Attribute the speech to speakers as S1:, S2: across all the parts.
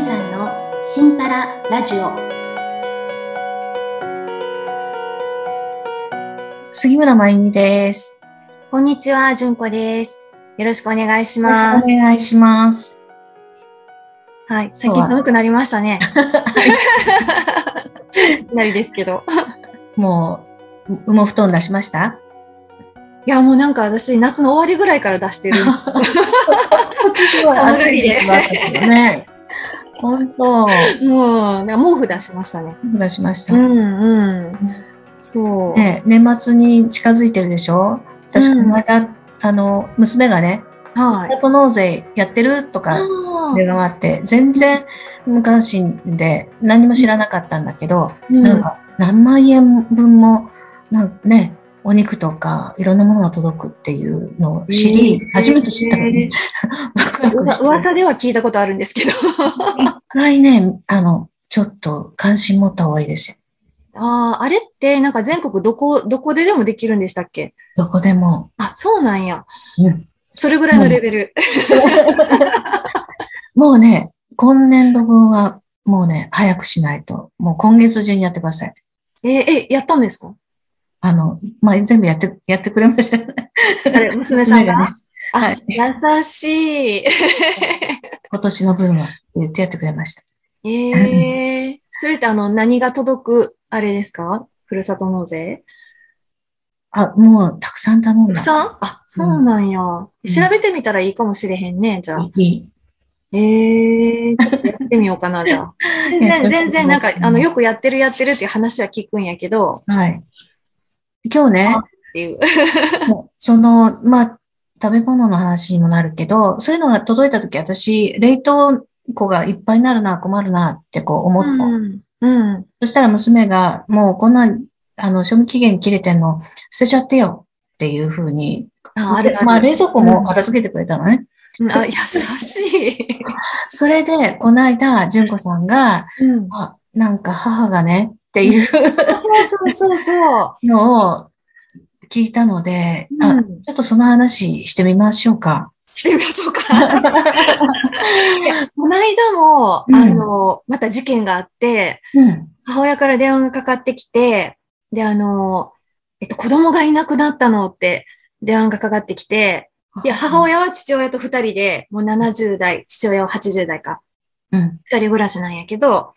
S1: さんのシンパララジオ。
S2: 杉村真由美です。
S1: こんにちは、じゅんこです。よろしくお願いし
S2: よろし
S1: ます。
S2: くお願いします。
S1: はい、最近寒くなりましたね。 なりですけど。
S2: もう、羽毛布団出しました
S1: いや、もうなんか私、夏の終わりぐらいから出してる。
S2: すごい
S1: 暑い
S2: で
S1: です
S2: ね。本当、
S1: もう、なんか毛布出しましたね。
S2: 出しまし
S1: う
S2: た。
S1: んうん。そう。
S2: ね、年末に近づいてるでしょ私、この間、あの、娘がね、
S1: は
S2: ふ
S1: い。
S2: るさと納税やってると
S1: あ
S2: か、電
S1: ー
S2: 話があって、全然無関心で何も知らなかったんだけど、
S1: うん
S2: なんか何万円分も、なんかね、お肉とかいろんなものが届くっていうのを知り、
S1: えー
S2: 初めて知ったのね。ワ クワ
S1: う
S2: ク
S1: わ
S2: して。
S1: 噂では聞いたことあるんですけど。
S2: 一回ね、あの、ちょっと関心持った方がいいですよ。
S1: ああ、あれって、なんか全国どこ、どこででもできるんでしたっけ
S2: どこでも。
S1: あ、そうなんや。
S2: うん
S1: それぐらいのレベル。
S2: もうね、今年度分はもうね、早くしないと。もう今月中にやってください。
S1: えーえ、やったんです か
S2: あの、まあ、全部やって、やってくれましたよね。
S1: 誰娘さんが
S2: ね。はい。
S1: 優しい。
S2: 今年の分は、言ってやってくれました。
S1: え えそれってあの、何が届く、あれですかふるさと納税
S2: あ、もう、たくさん頼ん
S1: た
S2: だ。
S1: くさんあ、そうなんや、調べてみたらいいかもしれへんね、じゃあ。
S2: いい。
S1: ええちょっとやってみようかな、じゃ あ。全
S2: やっ
S1: 然、
S2: てみて
S1: 全然、なんか
S2: う、ん
S1: あの、よくやってるやってるっていう話は聞くんやけど、っ
S2: はい。今日ね、
S1: ていう。
S2: もうその、まあ、食べ物の話にもなるけど、そういうのが届いたとき、私、冷凍庫がいっぱいになるな、困るなってこう思った。
S1: うん。うん。
S2: そしたら娘が、もうこんな、あの、賞味期限切れてんの、捨てちゃってよっていうふうに、
S1: あ、あるある。
S2: まあ、冷蔵庫も片付けてくれたのね。
S1: うんあ、優しい。
S2: それで、この間、純子さんが、
S1: うん。
S2: あ、なんか母がね、っていう
S1: そうそうそう。
S2: のを聞いたので、あ
S1: うん
S2: ちょっとその話してみましょうか。
S1: してみましょう か。この間も、
S2: うん
S1: あの、また事件があって、
S2: うん。
S1: 母親から電話がかかってきて、で、あの、えっと、子供がいなくなったのって電話がかかってきて、いや、母
S2: 親。
S1: 親は父親と二人で、もう70代、父親は80代か、
S2: うん。
S1: 二人暮らしなんやけど、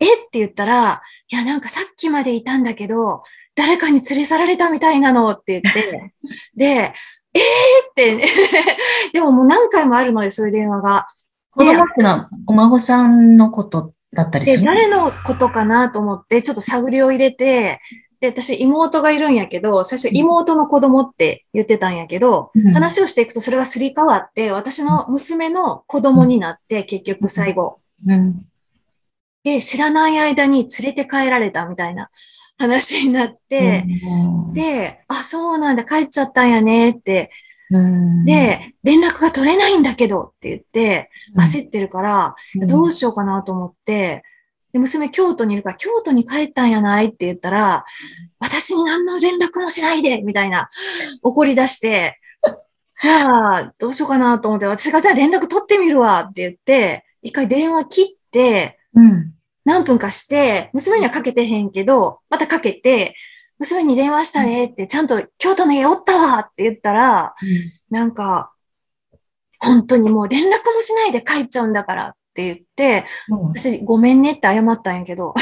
S1: えって言ったら、いや、なんかさっきまでいたんだけど、誰かに連れ去られたみたいなのって言 って、で、えーって、 ね、でももう何回もあるので、そういう電話が。
S2: 子供ってのはお孫さんのことだったり
S1: で、
S2: する。
S1: 誰のことかなと思って、ちょっと探りを入れて、で、私、妹がいるんやけど、最初、
S2: うん
S1: 妹の子供って言ってたんやけど、
S2: うん
S1: 話をしていくと、それがすり替わって、私の娘の子供になって、結局最後。
S2: うん。
S1: で、知らない間に連れて帰られたみたいな話になって、
S2: うん、
S1: で、あ、そうなんだ、帰っちゃったんやねって、
S2: うん、
S1: で、連絡が取れないんだけどって言って、焦ってるから、
S2: うん
S1: どうしようかなと思って、で、娘京都にいるから、京都に帰ったんやないって言ったら、私に何の連絡もしないでみたいな、怒り出して、じゃあ、どうしようかなと思って、私がじゃあ連絡取ってみるわって言って、一回電話切って、
S2: うん。
S1: 何分かして、娘にはかけてへんけど、またかけて、娘に電話したねって、ちゃんと京都の家おったわって言ったら、なんか、本当にもう連絡もしないで帰っちゃうんだからって言って、
S2: うん
S1: 私ごめんねって謝ったんやけど、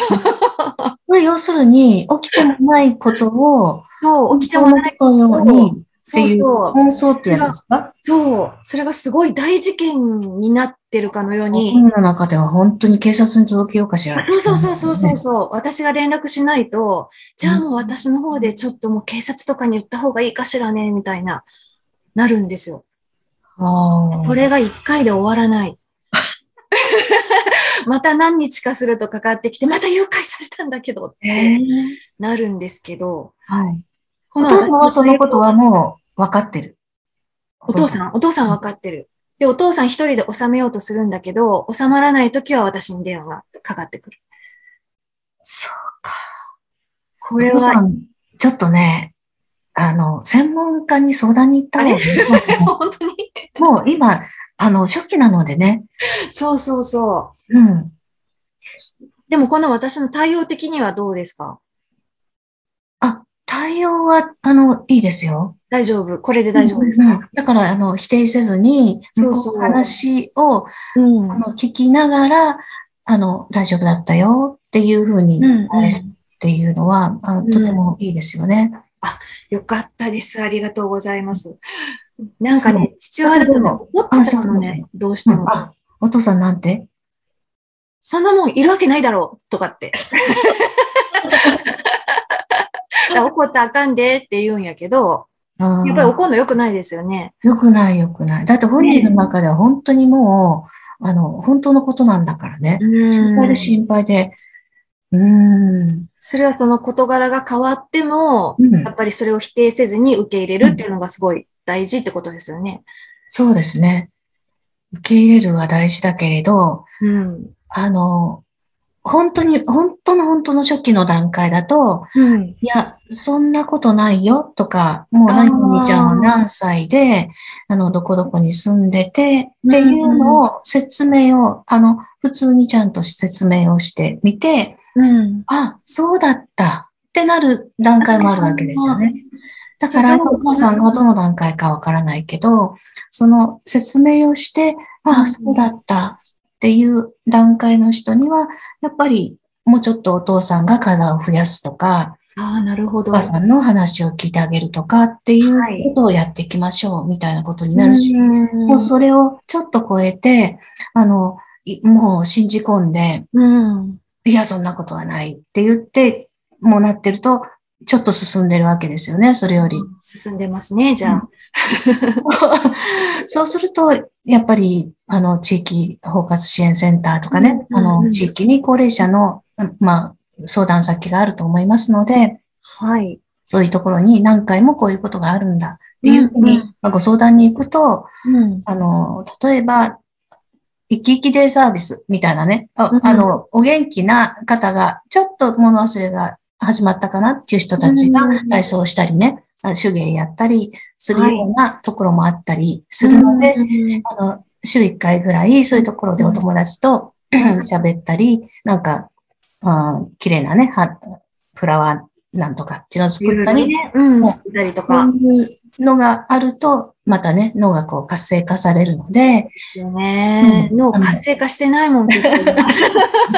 S2: これ要するに、起きてもないことを、
S1: そう、起きてもない。
S2: ことように、って
S1: そう
S2: いう、
S1: そう、
S2: 奔走ってやつですか
S1: そう、それがすごい大事件になってるかのように、
S2: 本の中では本当に警察に届けようかしら。
S1: そうそうそうそうそう そう、私が連絡しないと、じゃあもう私の方でちょっともう警察とかに言った方がいいかしらね、みたいな、なるんですよ。
S2: ああ。
S1: これが一回で終わら ない。また何日かするとかかってきて、また誘拐されたんだけどっ
S2: え
S1: て
S2: ー
S1: なるんですけど、
S2: はい。
S1: こ
S2: お父さんはそのことはもう分かってる。
S1: お父さん、お父さん分かってる。で、お父さん一人で収めようとするんだけど、収まらないときは私に電話がかかってくる。
S2: そうか。
S1: こ
S2: お
S1: れ
S2: 父さ
S1: は、
S2: ん、ちょっとね、あの、専門家に相談に行った方がいい。
S1: 本当に
S2: もう今、あの、初期なのでね。
S1: そうそうそ
S2: うん。
S1: う。でもこの私の対応的にはどうですか
S2: あ、対応は、あの、いいですよ。
S1: 大丈夫これで大丈夫です
S2: うん
S1: か
S2: だから、あの、否定せずに、
S1: そうそう
S2: 向この話を、
S1: うん
S2: あの、聞きながら、あの、大丈夫だったよっていうふうに
S1: うん
S2: 返すっていうのは、あの
S1: うん
S2: とてもいいですよね。
S1: よかったです。ありがとうございます。なんかね、父親だ
S2: で
S1: とね
S2: も
S1: 怒っちゃうの
S2: あそうそう
S1: ね、どうしても。
S2: あ、お父さんなんて
S1: そんなもんいるわけないだろうとか って。だから怒ったらあかんでって言うんやけど、
S2: や
S1: やっぱり怒るの良くないですよね。
S2: よくないよくない。だって本人の中では本当にもう、あの、本当のことなんだからね。それで心配で、うーん、
S1: それはその事柄が変わっても、
S2: うん
S1: やっぱりそれを否定せずに受け入れるっていうのがすごい大事ってことですよね。
S2: そうですね。受け入れるは大事だけれど、
S1: うん。
S2: あの、本当に、本当の本当の初期の段階だと、
S1: うん。
S2: いや、そんなことないよとか、もう
S1: あー
S2: 何々ちゃんは何歳で、あの、どこどこに住んでて、
S1: うん
S2: っていうのを説明を、あの、普通にちゃんと説明をしてみて、
S1: うん。
S2: あ、そうだったってなる段階もあるわけですよね。だ
S1: そ
S2: か
S1: れ
S2: ら、
S1: は
S2: お母さんがどの段階かわからないけど、その説明をして、
S1: う
S2: あ、
S1: ん
S2: そうだったっていう段階の人には、やっぱりもうちょっとお父さんが体を増やすとか、
S1: ああ、なるほ
S2: お
S1: ど。
S2: 母さんの話を聞いてあげるとかってい
S1: はいう
S2: ことをやっていきましょうみたいなことになるし、
S1: うん
S2: もうそれをちょっと超えて、あの、いもう信じ込んで、
S1: うん。
S2: いや、そんなことはないって言って、もうなってると、ちょっと進んでるわけですよね、それより。
S1: 進んでますね、じゃあ。
S2: そうすると、やっぱり、あの、地域包括支援センターとかね、
S1: うん
S2: あ
S1: うんう
S2: の、
S1: ん
S2: 地域に高齢者の、まあ、相談先があると思いますので、
S1: はい。
S2: そういうところに何回もこういうことがあるんだっていうふうに、
S1: うんうん
S2: まあご相談に行くと、
S1: うん。
S2: あの、例えば、生き生きデイサービスみたいなね、あ
S1: うん
S2: あの、お元気な方が、ちょっと物忘れが始まったかなっていう人たちが
S1: うん
S2: 体操したりね、あ手芸やったりするようなところもあったりするので、
S1: うん
S2: あの、週1回ぐらい、そういうところでお友達と喋ったり、なんか、あー綺麗なね、はフラワーなんとかっていうの
S1: い
S2: を
S1: ろ
S2: 作
S1: い
S2: った
S1: ろ
S2: り、
S1: ね、うん、
S2: そう
S1: 作ったりと
S2: そ
S1: か。
S2: ういうのがあると、またね、脳がこう活性化されるので、
S1: ですよね。
S2: うん
S1: 脳活性化してないもん、結構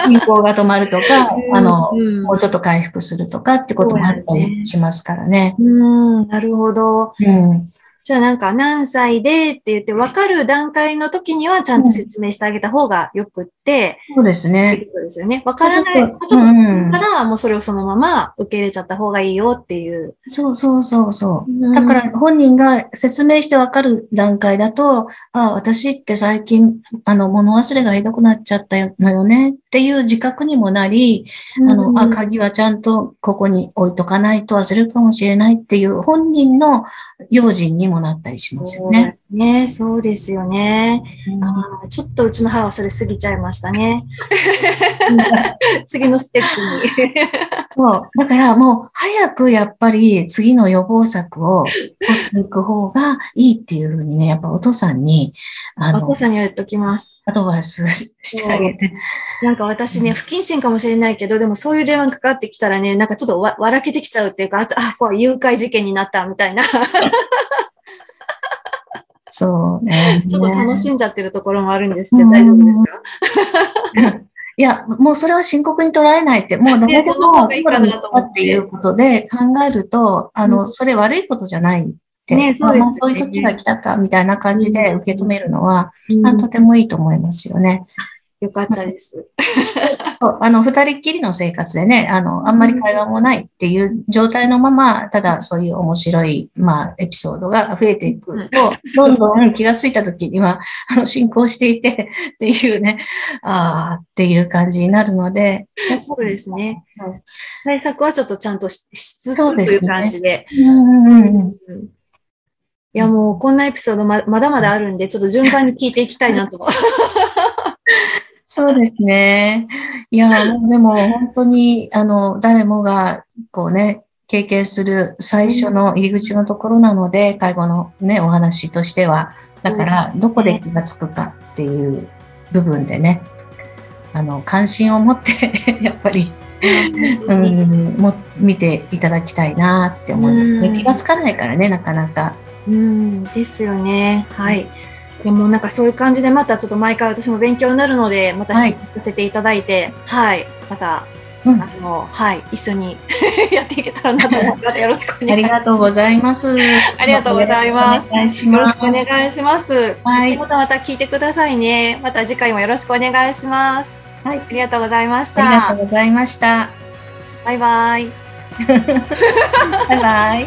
S2: 進行が止まるとか
S1: う、ん
S2: あの、
S1: うん
S2: もうちょっと回復するとかってこともあったりしますからね。
S1: うん、なるほど。
S2: うん。
S1: じゃあなんか何歳でって言って分かる段階の時にはちゃんと説明してあげた方がよくって、
S2: そうです
S1: ってい
S2: ね。
S1: うことですよね。分からない、
S2: そう
S1: もうちょっと
S2: う
S1: そ
S2: ん
S1: こからもうそれをそのまま受け入れちゃった方がいいよっていう。
S2: そうそうそうそう。だから本人が説明してわかる段階だと、ああ、私って最近、あの、物忘れがひどくなっちゃったのよねっていう自覚にもなり、
S1: うん、
S2: あの、
S1: う
S2: あ、
S1: ん
S2: 鍵はちゃんとここに置いとかないと忘れるかもしれないっていう本人の用心にもなったりしますよね。
S1: そうね、そうですよね。あーちょっとうちの母はそれ過ぎちゃいました ね。次のステップに。
S2: そう。だからもう早くやっぱり次の予防策を取っていく方がいいっていうふうにね、やっぱお父さんに、あ
S1: お
S2: の
S1: 父、さんには言っときます。
S2: アドバイスしてあげて。
S1: なんか私ね、不謹慎かもしれないけど、でもそういう電話かかってきたらね、なんかちょっとわ、わらけてきちゃうっていうか、あと、あ、こう、誘拐事件になったみたいな、ちょっ
S2: そうね。
S1: と楽しんじゃってるところもあるんですけ
S2: う
S1: ど、
S2: ん
S1: 大丈夫ですか
S2: いや、もうそれは深刻に捉えないって、もう誰で
S1: ねその方
S2: も、
S1: がいいかなと思って
S2: っていうことで考えると、あ
S1: う
S2: の、
S1: ん
S2: それ悪いことじゃないって。
S1: ねそうですよね
S2: まあまあそういう時が来たか、みたいな感じで受け止めるのは、あと
S1: う
S2: てもいいと思いますよね。
S1: ん、よかったです。
S2: そうあの、二人っきりの生活でね、あの、あんまり会話もないっていう状態のまま、ただそういう面白い、まあ、エピソードが増えていくと、どんどん気がついた時には、 あの、進行していて、っていうね、ああ、っていう感じになるので、
S1: そうですね
S2: うん。
S1: 対策はちょっとちゃんとししつ
S2: そ
S1: つ
S2: う
S1: と
S2: です
S1: い
S2: ね
S1: う感じで。
S2: うんうんうん。
S1: うんいや、もう、こんなエピソードま、まだまだあるんで、ちょっと順番に聞いていきたいなと。
S2: そうですね。いや、もうでも本当に、あの、誰もが、こうね、経験する最初の入り口のところなので、介護のね、お話としては、だから、どこで気がつくかっていう部分でね、あの、関心を持って、 やっぱり、う
S1: うん
S2: ん、も、見ていただきたいなって思います
S1: うん
S2: ね。気がつかないからね、なかなか。
S1: うん、ですよね。はい。でもなんかそういう感じでまたちょっと毎回私も勉強になるので、また
S2: はい
S1: 質問させていただいて、はい。また、
S2: うん
S1: あの、はい、一緒にやっていけたらなと思うので、よろしくお
S2: あ
S1: 願い
S2: り
S1: しま
S2: がとうございます。あ
S1: りがとうございます
S2: お願いし
S1: す。よろ
S2: ま
S1: し
S2: す
S1: く。お願いします。
S2: はい
S1: またまた聞いてくださいね。また次回もよろしくお願いします。
S2: はい
S1: ありがとうございまし
S2: ありが
S1: た
S2: と。うございました。
S1: バイバイ。
S2: バイバイ。